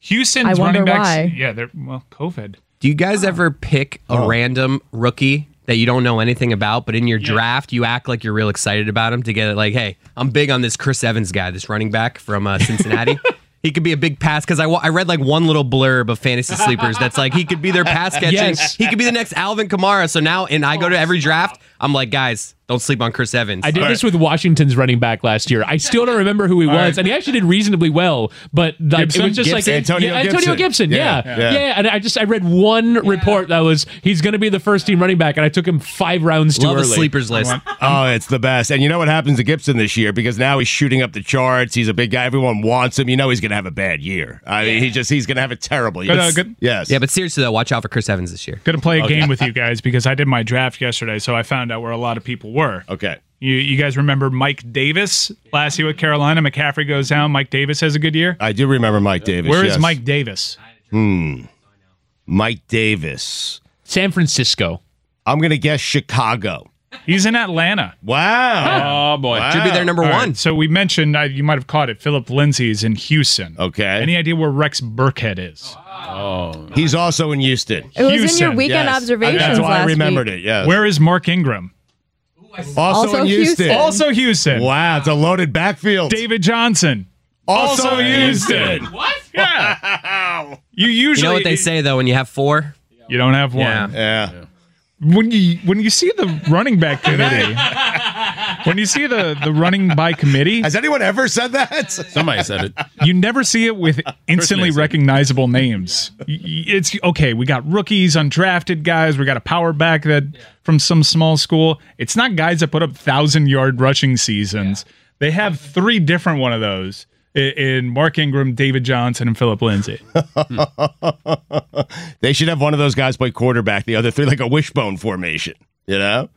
E: Houston's
A: I wonder
E: running backs.
A: why.
E: Yeah, they're well, COVID.
H: Do you guys ever pick a random rookie that you don't know anything about, but in your draft you act like you're real excited about him to get it? Like, hey, I'm big on this Chris Evans guy, this running back from uh, Cincinnati. he could be a big pass because I wa- I read like one little blurb of fantasy sleepers that's like he could be their pass catching.
F: Yes.
H: He could be the next Alvin Kamara. So now, and I go to every draft, I'm like, guys, don't sleep on Chris Evans.
F: I did this with Washington's running back last year. I still don't remember who he was, and he actually did reasonably well. But like, it
E: Gibson?
F: was just like
D: Gibson? Antonio
F: yeah, Antonio
D: Gibson.
F: Gibson, yeah.
D: Yeah.
F: Yeah.
D: Yeah.
F: And I just I read one report that was he's going to be the first team running back, and I took him five rounds too
H: Love a
F: early.
H: sleepers list.
D: Oh, it's the best. And you know what happens to Gibson this year because now he's shooting up the charts. He's a big guy. Everyone wants him. You know he's going to have a bad year. I mean, he just he's going to have a terrible year.
E: Good, uh, good-
D: Yes.
H: Yeah, but seriously though, watch out for Chris Evans this year.
E: Gonna play a game with you guys because I did my draft yesterday, so I found out where a lot of people were.
D: okay.
E: You, you guys remember Mike Davis last year with Carolina? McCaffrey goes down. Mike Davis has a good year.
D: I do remember Mike Davis.
E: Where is
D: yes.
E: Mike Davis?
D: Mike Davis.
F: San Francisco.
D: I'm going to guess Chicago.
E: He's in Atlanta.
D: Wow.
E: Oh boy,
D: Wow.
H: Should be their number
E: All right,
H: one.
E: So we mentioned uh, you might have caught it. Philip Lindsay's in Houston.
D: Okay.
E: Any idea where Rex Burkhead is?
D: He's also in Houston.
A: It was in your
E: Houston,
A: weekend
E: yes.
A: observations
D: That's why I
A: last
D: remembered
A: week.
D: it. Yeah.
E: Where is Mark Ingram?
D: Also,
A: Also
D: in Houston.
A: Houston.
E: Also Houston.
D: Wow, it's a loaded backfield.
E: David Johnson. Also,
D: Also
E: Houston.
D: Houston.
E: What? Yeah. You usually
H: You know what they say though when you have four?
E: You don't have one.
H: Yeah.
D: Yeah.
E: When you when you see the running back committee, when you see the the running by committee,
D: Has anyone ever said that?
G: Somebody said it.
E: you never see it with instantly
G: Mason.
E: recognizable names. Y- y- It's okay. We got rookies, undrafted guys. We got a power back that from some small school. It's not guys that put up thousand yard rushing seasons. They have three different one of those i- in Mark Ingram, David Johnson, and Philip Lindsay.
D: They should have one of those guys play quarterback, the other three like a wishbone formation. You know,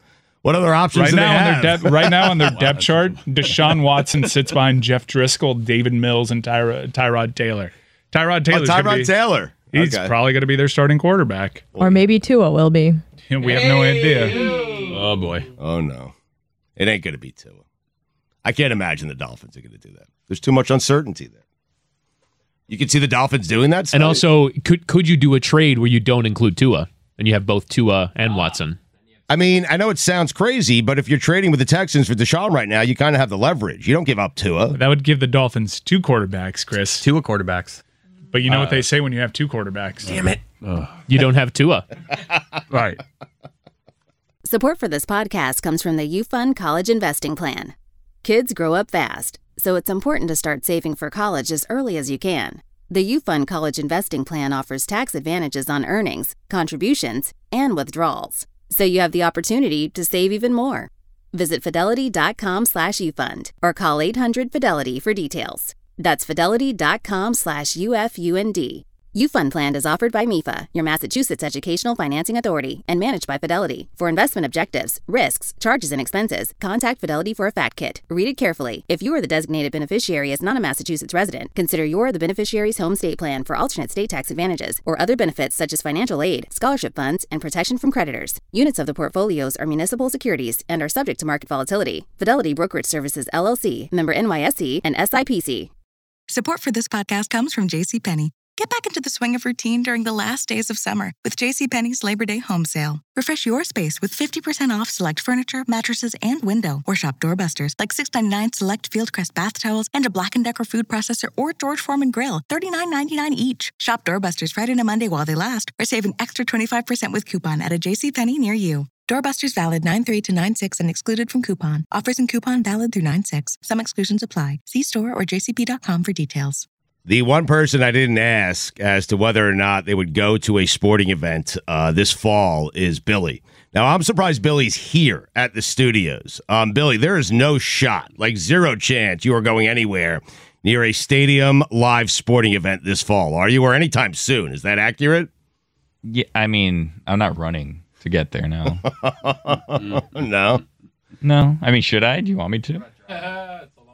D: what other options
E: Right
D: do
E: now,
D: they
E: on their
D: have?
E: depth, right now on their depth chart, Deshaun Watson sits behind Jeff Driscoll, David Mills, and Tyra, Tyrod Taylor. Tyrod
D: Oh,
E: Taylor's gonna
D: Tyrod
E: be-
D: Taylor.
E: He's
D: Okay.
E: probably going to be their starting quarterback.
A: Or maybe Tua will be.
E: We have no idea.
G: Oh boy.
D: oh no, it ain't gonna be Tua. I can't imagine the Dolphins are gonna do that. There's too much uncertainty there. You can see the Dolphins doing that,
F: And
D: Scotty?
F: also, could could you do a trade where you don't include Tua and you have both Tua and Watson?
D: I mean, I know it sounds crazy, but if you're trading with the Texans for Deshaun right now, you kind of have the leverage. You don't give up Tua.
E: That would give the Dolphins two quarterbacks, Chris.
H: Two quarterbacks.
E: But you know
D: uh,
E: what they say when you have two quarterbacks.
H: Damn it.
F: You don't have Tua.
E: Right.
I: Support for this podcast comes from the UFund College Investing Plan. Kids grow up fast, so it's important to start saving for college as early as you can. The UFund College Investing Plan offers tax advantages on earnings, contributions, and withdrawals, so you have the opportunity to save even more. Visit fidelity.com slash ufund or call 800 Fidelity for details. That's fidelity.com slash UFUND. UFund plan is offered by MIFA, your Massachusetts Educational Financing Authority, and managed by Fidelity. For investment objectives, risks, charges, and expenses, contact Fidelity for a fact kit. Read it carefully. If you are the designated beneficiary as not a Massachusetts resident, consider your or the beneficiary's home state plan for alternate state tax advantages or other benefits such as financial aid, scholarship funds, and protection from creditors. Units of the portfolios are municipal securities and are subject to market volatility. Fidelity Brokerage Services LLC, member NYSE E, and SIPC.
J: Support for this podcast comes from JCPenney. Get back into the swing of routine during the last days of summer with JCPenney's Labor Day home sale. Refresh your space with 50% off select furniture, mattresses, and window, or shop doorbusters like 699 select Fieldcrest bath towels and a Black & Decker food processor or George Foreman grill, $39.99 each. Shop doorbusters Friday to Monday while they last, or save an extra 25% with coupon at a JCPenney near you. Doorbusters valid 9-3 to 9-6 and excluded from coupon. Offers and coupon valid through 9-6. Some exclusions apply. See store or jcp.com for details.
D: The one person I didn't ask as to whether or not they would go to a sporting event uh, this fall is Billy. Now, I'm surprised Billy's here at the studios. Um, Billy, there is no shot, like zero chance, you are going anywhere near a stadium live sporting event this fall, are you? Or anytime soon. Is that accurate?
K: Yeah, I mean, I'm not running to get there now.
D: Oh, No.
K: no, I mean, should I? Do you want me to?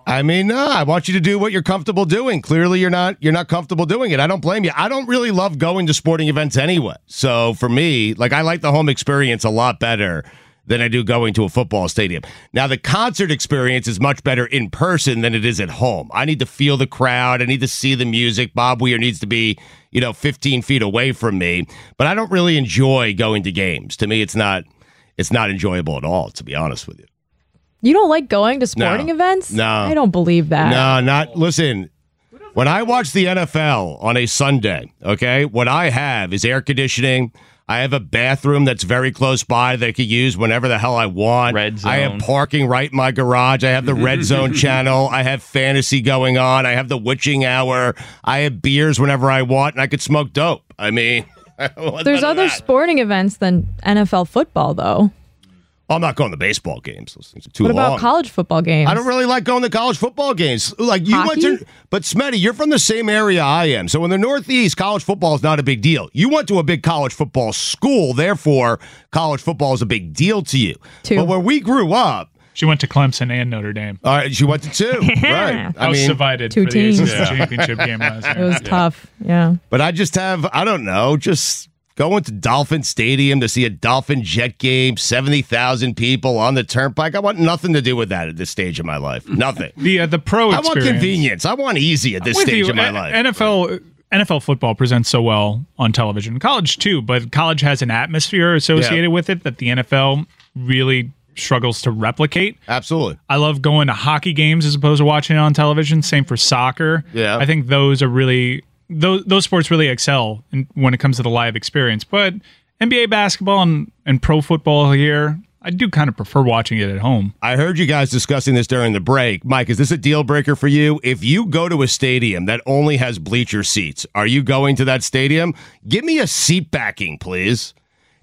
D: I mean, no, I want you to do what you're comfortable doing. Clearly, you're not you're not comfortable doing it. I don't blame you. I don't really love going to sporting events anyway. So for me, like I like the home experience a lot better than I do going to a football stadium. Now the concert experience is much better in person than it is at home. I need to feel the crowd. I need to see the music. Bob Weir needs to be, you know, 15 feet away from me. But I don't really enjoy going to games. To me, it's not it's not enjoyable at all, to be honest with you.
A: You don't like going to sporting
D: No.
A: events?
D: No.
A: I don't believe that.
D: No, not listen. When I watch the NFL on a Sunday, okay, what I have is air conditioning. I have a bathroom that's very close by that I could use whenever the hell I want.
K: Red
D: I have
K: zone.
D: parking right in my garage. I have the red zone channel. I have fantasy going on. I have the witching hour. I have beers whenever I want, and I could smoke dope. I mean, what's
A: There's
D: better than
A: other
D: that?
A: sporting events than NFL football, though.
D: Oh, I'm not going to baseball games. Those things are too
A: What
D: long.
A: about college football games?
D: I don't really like going to college football games. Like you went
A: Hockey?
D: to, but Smetty, you're from the same area I am. So in the Northeast, college football is not a big deal. You went to a big college football school, therefore, college football is a big deal to you.
A: Two.
D: But where we grew up,
E: She went to Clemson and Notre Dame.
D: all right, you went to two, right?
E: I,
D: I
E: was
D: mean,
E: divided
A: Two
E: for the ACC
A: teams.
E: championship game last
A: It
E: year.
A: was tough. Yeah.
D: but I just have, I don't know, just Going to Dolphin Stadium to see a Dolphin Jet game, 70,000 people on the turnpike. I want nothing to do with that at this stage of my life. Nothing.
E: The uh, the pro
D: I want
E: experience.
D: convenience. I want easy at this
E: With
D: stage
E: you,
D: of my
E: N-
D: life.
E: NFL NFL football presents so well on television. College too, but college has an atmosphere associated with it that the NFL really struggles to replicate.
D: Absolutely.
E: I love going to hockey games as opposed to watching it on television. Same for soccer.
D: Yeah.
E: I think those are really those those sports really excel in, when it comes to the live experience. But NBA basketball and, and pro football here, I do kind of prefer watching it at home.
D: I heard you guys discussing this during the break. Mike, is this a deal breaker for you? If you go to a stadium that only has bleacher seats, are you going to that stadium? Give me a seat backing, please.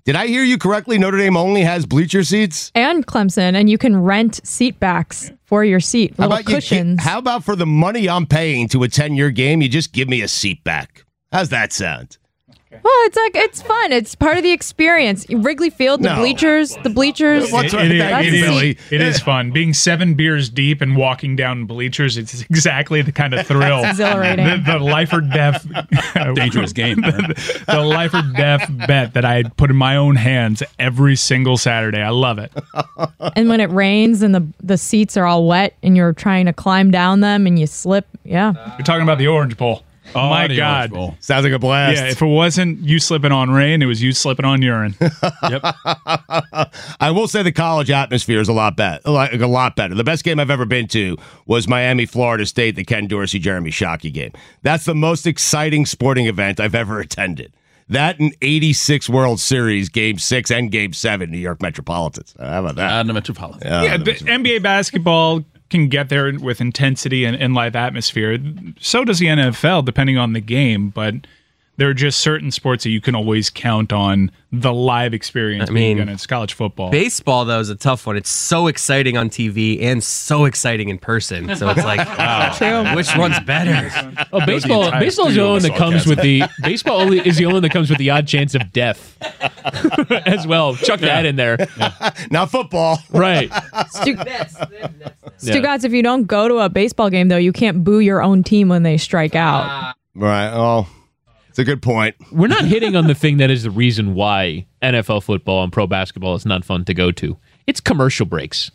D: Did I hear you correctly? Notre Dame only has bleacher seats?
A: and Clemson, and you can rent seat backs for your seat, little
D: you
A: cushions.
D: How about for the money I'm paying to attend your game, you just give me a seat back? How's that sound?
A: well, it's like it's fun. It's part of the experience. Wrigley Field, the
D: No.
A: bleachers, the bleachers.
D: What's
E: It- it is-
A: That's
E: it is-
A: Billy.
E: it is fun. Being seven beers deep and walking down bleachers, it's exactly the kind of thrill.
A: exhilarating.
E: The, the life or death
G: Dangerous game.
E: the, the life or death bet that I had put in my own hands every single Saturday. I love it.
A: and when it rains and the the seats are all wet, and you're trying to climb down them, and you slip. Yeah,
E: You're talking about the Orange Bowl. Oh my
G: the Orange
E: God.
G: Bowl.
D: Sounds like a blast.
E: Yeah, if it wasn't you slipping on rain, it was you slipping on urine.
D: I will say the college atmosphere is a lot better. Like a lot better. The best game I've ever been to was Miami, Florida State, the Ken Dorsey, Jeremy Shockey game. That's the most exciting sporting event I've ever attended. That and '86 World Series Game Six and Game Seven, New York Metropolitans. How about that?
G: Uh, the Metropolitan.
E: yeah, the NBA basketball can get there with intensity and, and live atmosphere. So does the NFL, depending on the game, but there are just certain sports that you can always count on the live experience
H: I
E: being
H: mean,
E: good. It's college football.
H: Baseball though is a tough one. It's so exciting on TV and so exciting in person. So it's like, wow, which one's better?
F: Oh, baseball!
G: entire
F: Baseball's the
G: studio
F: one
G: was
F: that comes with the baseball only is the only one that comes with the odd chance of death as well. Chuck that in there,
D: Now football.
F: right?
A: Stu, Stu Gatz, if you don't go to a baseball game though, you can't boo your own team when they strike out.
D: Right. Oh, it's a good point.
F: We're not hitting on the thing that is the reason why NFL football and pro basketball is not fun to go to. It's commercial breaks.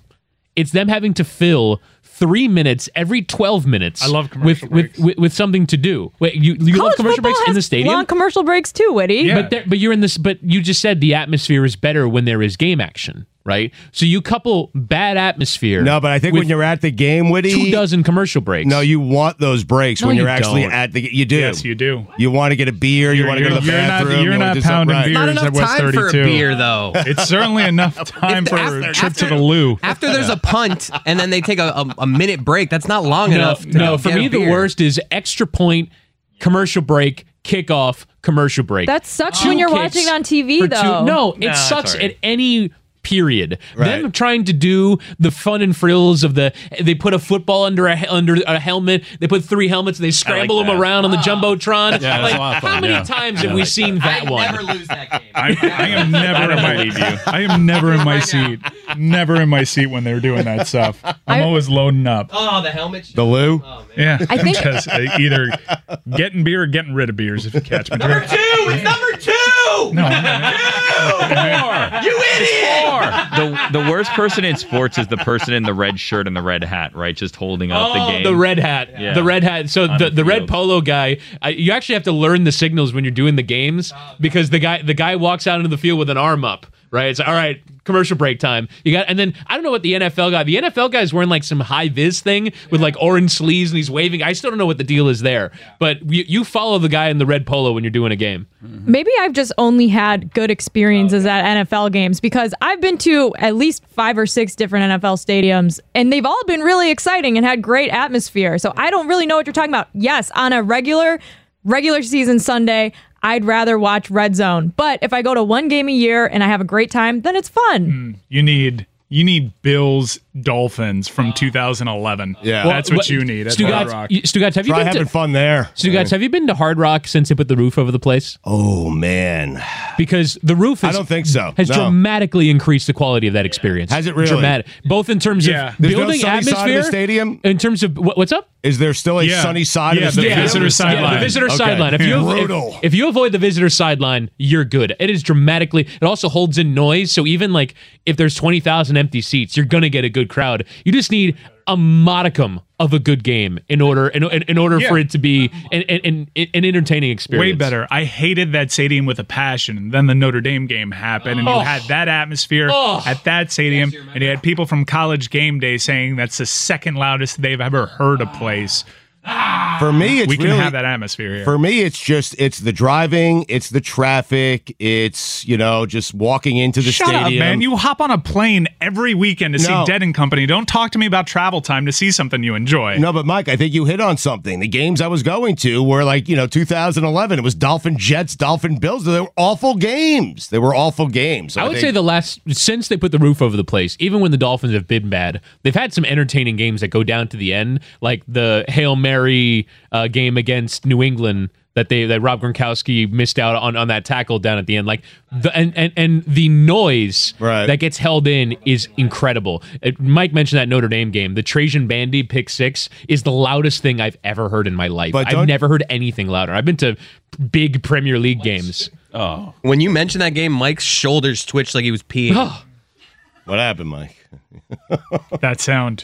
F: It's them having to fill three minutes every twelve minutes.
E: I love
F: with,
E: commercial
F: with
E: breaks.
F: with with something to do. Wait, you you love
A: College
F: commercial
A: football
F: breaks in
A: has
F: the stadium?
A: Long commercial breaks too, Woody.
E: Yeah.
F: But there, but you're in this. But you just said the atmosphere is better when there is game action, right? So you couple bad atmosphere.
D: No, but I think
F: with
D: when you're at the game, Witty,
F: two dozen commercial breaks.
D: No, you want those breaks
F: No,
D: when
F: you
D: you're actually
F: don't.
D: at the. You do.
E: yes, you do.
D: You want to get a beer. You want to go to the
E: you're not-
D: bathroom.
E: you're
D: you wanna
E: not
D: do something-
E: pounding
D: right.
E: beer.
H: Not
E: Beers
H: enough
E: at West
H: time for a
E: 32.
H: beer though.
E: It's certainly enough time
H: If
E: for
H: after-
E: a trip
H: after-
E: to the loo.
H: After there's a punt and then they take a, a, a minute break, that's not long
F: no,
H: enough. To
F: no. For
H: get a
F: me, the
H: beer.
F: worst is extra point, commercial break, kickoff, commercial break.
A: That sucks
F: Two
A: when you're
F: kicks
A: watching it on TV,
F: for two-
A: though.
F: no, it
K: Nah, it's
F: sucks
K: alright.
F: at any period. Them
D: Right.
F: trying to do the fun and frills of the they put a football under a under a helmet, they put three helmets, they scramble them
K: that.
F: around
A: Ah.
F: on the jumbotron.
G: Yeah, that's
F: Like,
G: a lot of fun,
F: how many
G: yeah.
F: times
G: Yeah,
F: have
G: I
F: we
G: like
F: seen that
H: I
F: one?
H: never lose that game.
E: I, I am never in my I am never in my seat. Never in my seat when they're doing that stuff. I'm
A: I-
E: always loading up.
H: Oh, the Oh, helmet.
D: The loo.
E: Yeah,
A: I think-
E: because uh, either getting beer or getting rid of beers if you catch my drift.
H: Two, it's number two.
E: No, I'm not-
H: You idiot.
K: the the worst person in sports is the person in the red shirt and the red hat, right? Just holding up the game.
F: the red hat.
K: Yeah.
F: The red hat. So
K: On
F: the,
K: the
F: the red
K: field.
F: polo guy. I, you actually have to learn the signals when you're doing the games because the guy the guy walks out into the field with an arm up. Right. It's all right. Commercial break time. You got and then I don't know what the NFL guy. The NFL guy's wearing like some high vis thing with like orange sleeves and he's waving. I still don't know what the deal is there. But you, you follow the guy in the red polo when you're doing a game.
A: Maybe I've just only had good experiences at NFL games because I've been to at least five or six different NFL stadiums and they've all been really exciting and had great atmosphere. So I don't really know what you're talking about. Yes, on a regular regular season Sunday, I'd rather watch Red Zone. But if I go to one game a year and I have a great time, then it's fun.
E: you need You need Bills Dolphins from 2011.
D: Yeah.
E: that's what you need. That's
F: Stu
E: Hard
F: Gatz-
E: Rock.
F: you- Stu Gatz, have you
D: Try
F: been
D: having
F: to,
D: fun there.
F: Stu Gatz, have you been to Hard Rock since they put the roof over the place?
D: Oh man,
F: Because the roof
D: I
F: is-
D: don't think so.
F: has
D: No.
F: dramatically increased the quality of that experience.
D: Has it really?
F: Dramatic, both in terms
E: Yeah.
F: of
D: There's no
F: building
D: sunny side of the
F: atmosphere,
D: stadium?
F: in terms of what, what's up.
D: is there still a
E: Yeah.
D: sunny side
E: Yeah,
D: of the,
E: the
D: stadium?
E: visitor sideline.
F: Yeah, the visitor
D: Okay.
F: sideline. If you if-
D: brutal.
F: If, you avoid the visitor sideline, you're good. It is dramatically. It also holds in noise. So even like if there's twenty thousand empty seats, you're gonna get a good crowd. You just need a modicum of a good game in order in, in, in order
E: Yeah.
F: for it to be an, an, an, an entertaining experience.
E: Way better. I hated that stadium with a passion. Then the Notre Dame game happened, and you
F: Oh.
E: had that atmosphere
F: Oh.
E: at that stadium, and you had people from College Game Day saying that's the second loudest they've ever heard a place.
D: For me, it's
E: we can
D: really,
E: have that atmosphere here.
D: For me, it's just it's the driving, it's the traffic, it's you know just walking into the
E: Shut
D: stadium.
E: up, man! You hop on a plane every weekend to
D: No.
E: see Dead and Company. Don't talk to me about travel time to see something you enjoy.
D: no, but Mike, I think you hit on something. The games I was going to were like, you know, 2011. It was Dolphin Jets, Dolphin Bills. They were awful games. They were awful games. So
F: I would
D: think-
F: say the last since they put the roof over the place, even when the Dolphins have been bad, they've had some entertaining games that go down to the end, like the Hail Mary uh, game against New England that they that Rob Gronkowski missed out on on that tackle down at the end. Like the and and, and the noise
D: Right.
F: that gets held in is incredible. Uh, Mike mentioned that Notre Dame game, the Trajan Bandy pick six is the loudest thing I've ever heard in my life.
D: But
F: I've
D: don't-
F: never heard anything louder. I've been to big Premier League games.
H: When you mentioned that game, Mike's shoulders twitched like he was peeing.
D: what happened, Mike?
E: That sound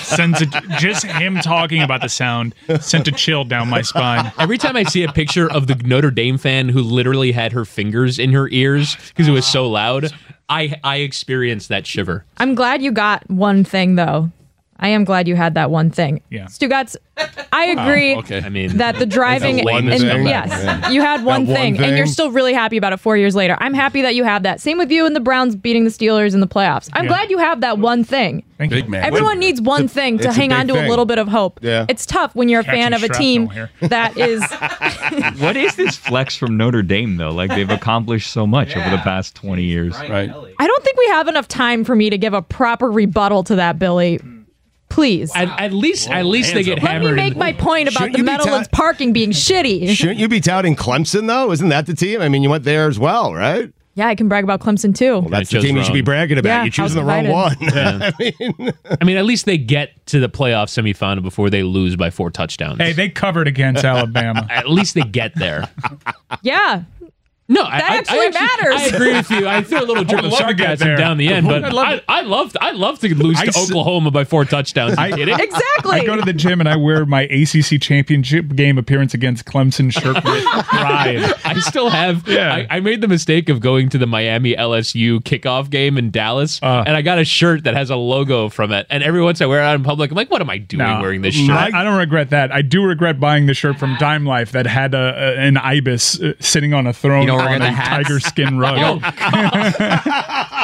E: sends a, just him talking about the sound sent a chill down my spine.
F: Every time I see a picture of the Notre Dame fan who literally had her fingers in her ears because it was so loud, I I experienced that shiver.
A: I'm glad you got one thing though. I am glad you had that one thing.
E: Yeah.
A: Stugatz, I agree
F: I mean,
A: that the driving
F: That's the
A: and,
F: lamest comeback.
A: yes, you had one,
D: one
A: thing, and
D: thing.
A: you're still really happy about it 4 years later. I'm happy that you have that. Same with you and the Browns beating the Steelers in the playoffs. I'm
E: Yeah.
A: glad you have that one thing.
E: Thank you.
C: Big man.
A: Everyone needs one thing to
D: it's a
A: hang
D: big
A: on to
D: thing.
A: a little bit of hope.
D: Yeah.
A: It's tough when you're a fan of
E: Catching
A: a team
E: shrapnel here.
A: that is
K: What is this flex from Notre Dame though? Like they've accomplished so much over the past 20 years.
C: Right.
A: I don't think we have enough time for me to give a proper rebuttal to that, Billy. Please.
F: at, at least at least they get
A: Let me
F: hammered.
A: make my point about
D: Shouldn't
A: the
D: you be
A: Meadowlands
D: ta-
A: parking being shitty.
D: Shouldn't you be touting Clemson though? Isn't that the team? I mean, you went there as well, right?
A: Yeah, I can brag about Clemson too.
D: Well, that's the
F: I chose
D: team you should be
F: wrong.
D: bragging about.
A: Yeah,
D: You're choosing the
A: I
D: wrong
A: was
D: one.
F: I mean, at least they get to the playoff semifinal before they lose by four touchdowns.
E: Hey, they covered against Alabama.
F: at least they get there.
A: yeah.
F: No, that I, I- I
A: actually matters.
F: I agree with you. I threw a little drip of
E: love to get
F: sarcasm
E: there.
F: down the end, but
E: I'd love
F: I, I love I love to lose
E: I
F: to
E: s-
F: Oklahoma by four touchdowns. You kidding?
A: Exactly.
E: I go to the gym and I wear my ACC championship game appearance against Clemson shirt with pride.
F: I still have.
E: Yeah.
F: I, I made the mistake of going to the Miami LSU kickoff game in Dallas,
E: Uh.
F: and I got a shirt that has a logo from it. And every once I wear it out in public, I'm like, "What am I doing
E: No.
F: wearing this shirt?"
E: I, I don't regret that. I do regret buying the shirt from Dime Life that had a, a- an ibis uh, sitting on a throne
H: You don't
E: on
H: regret
E: a
H: the hats?
E: tiger skin rug.
F: Oh, God.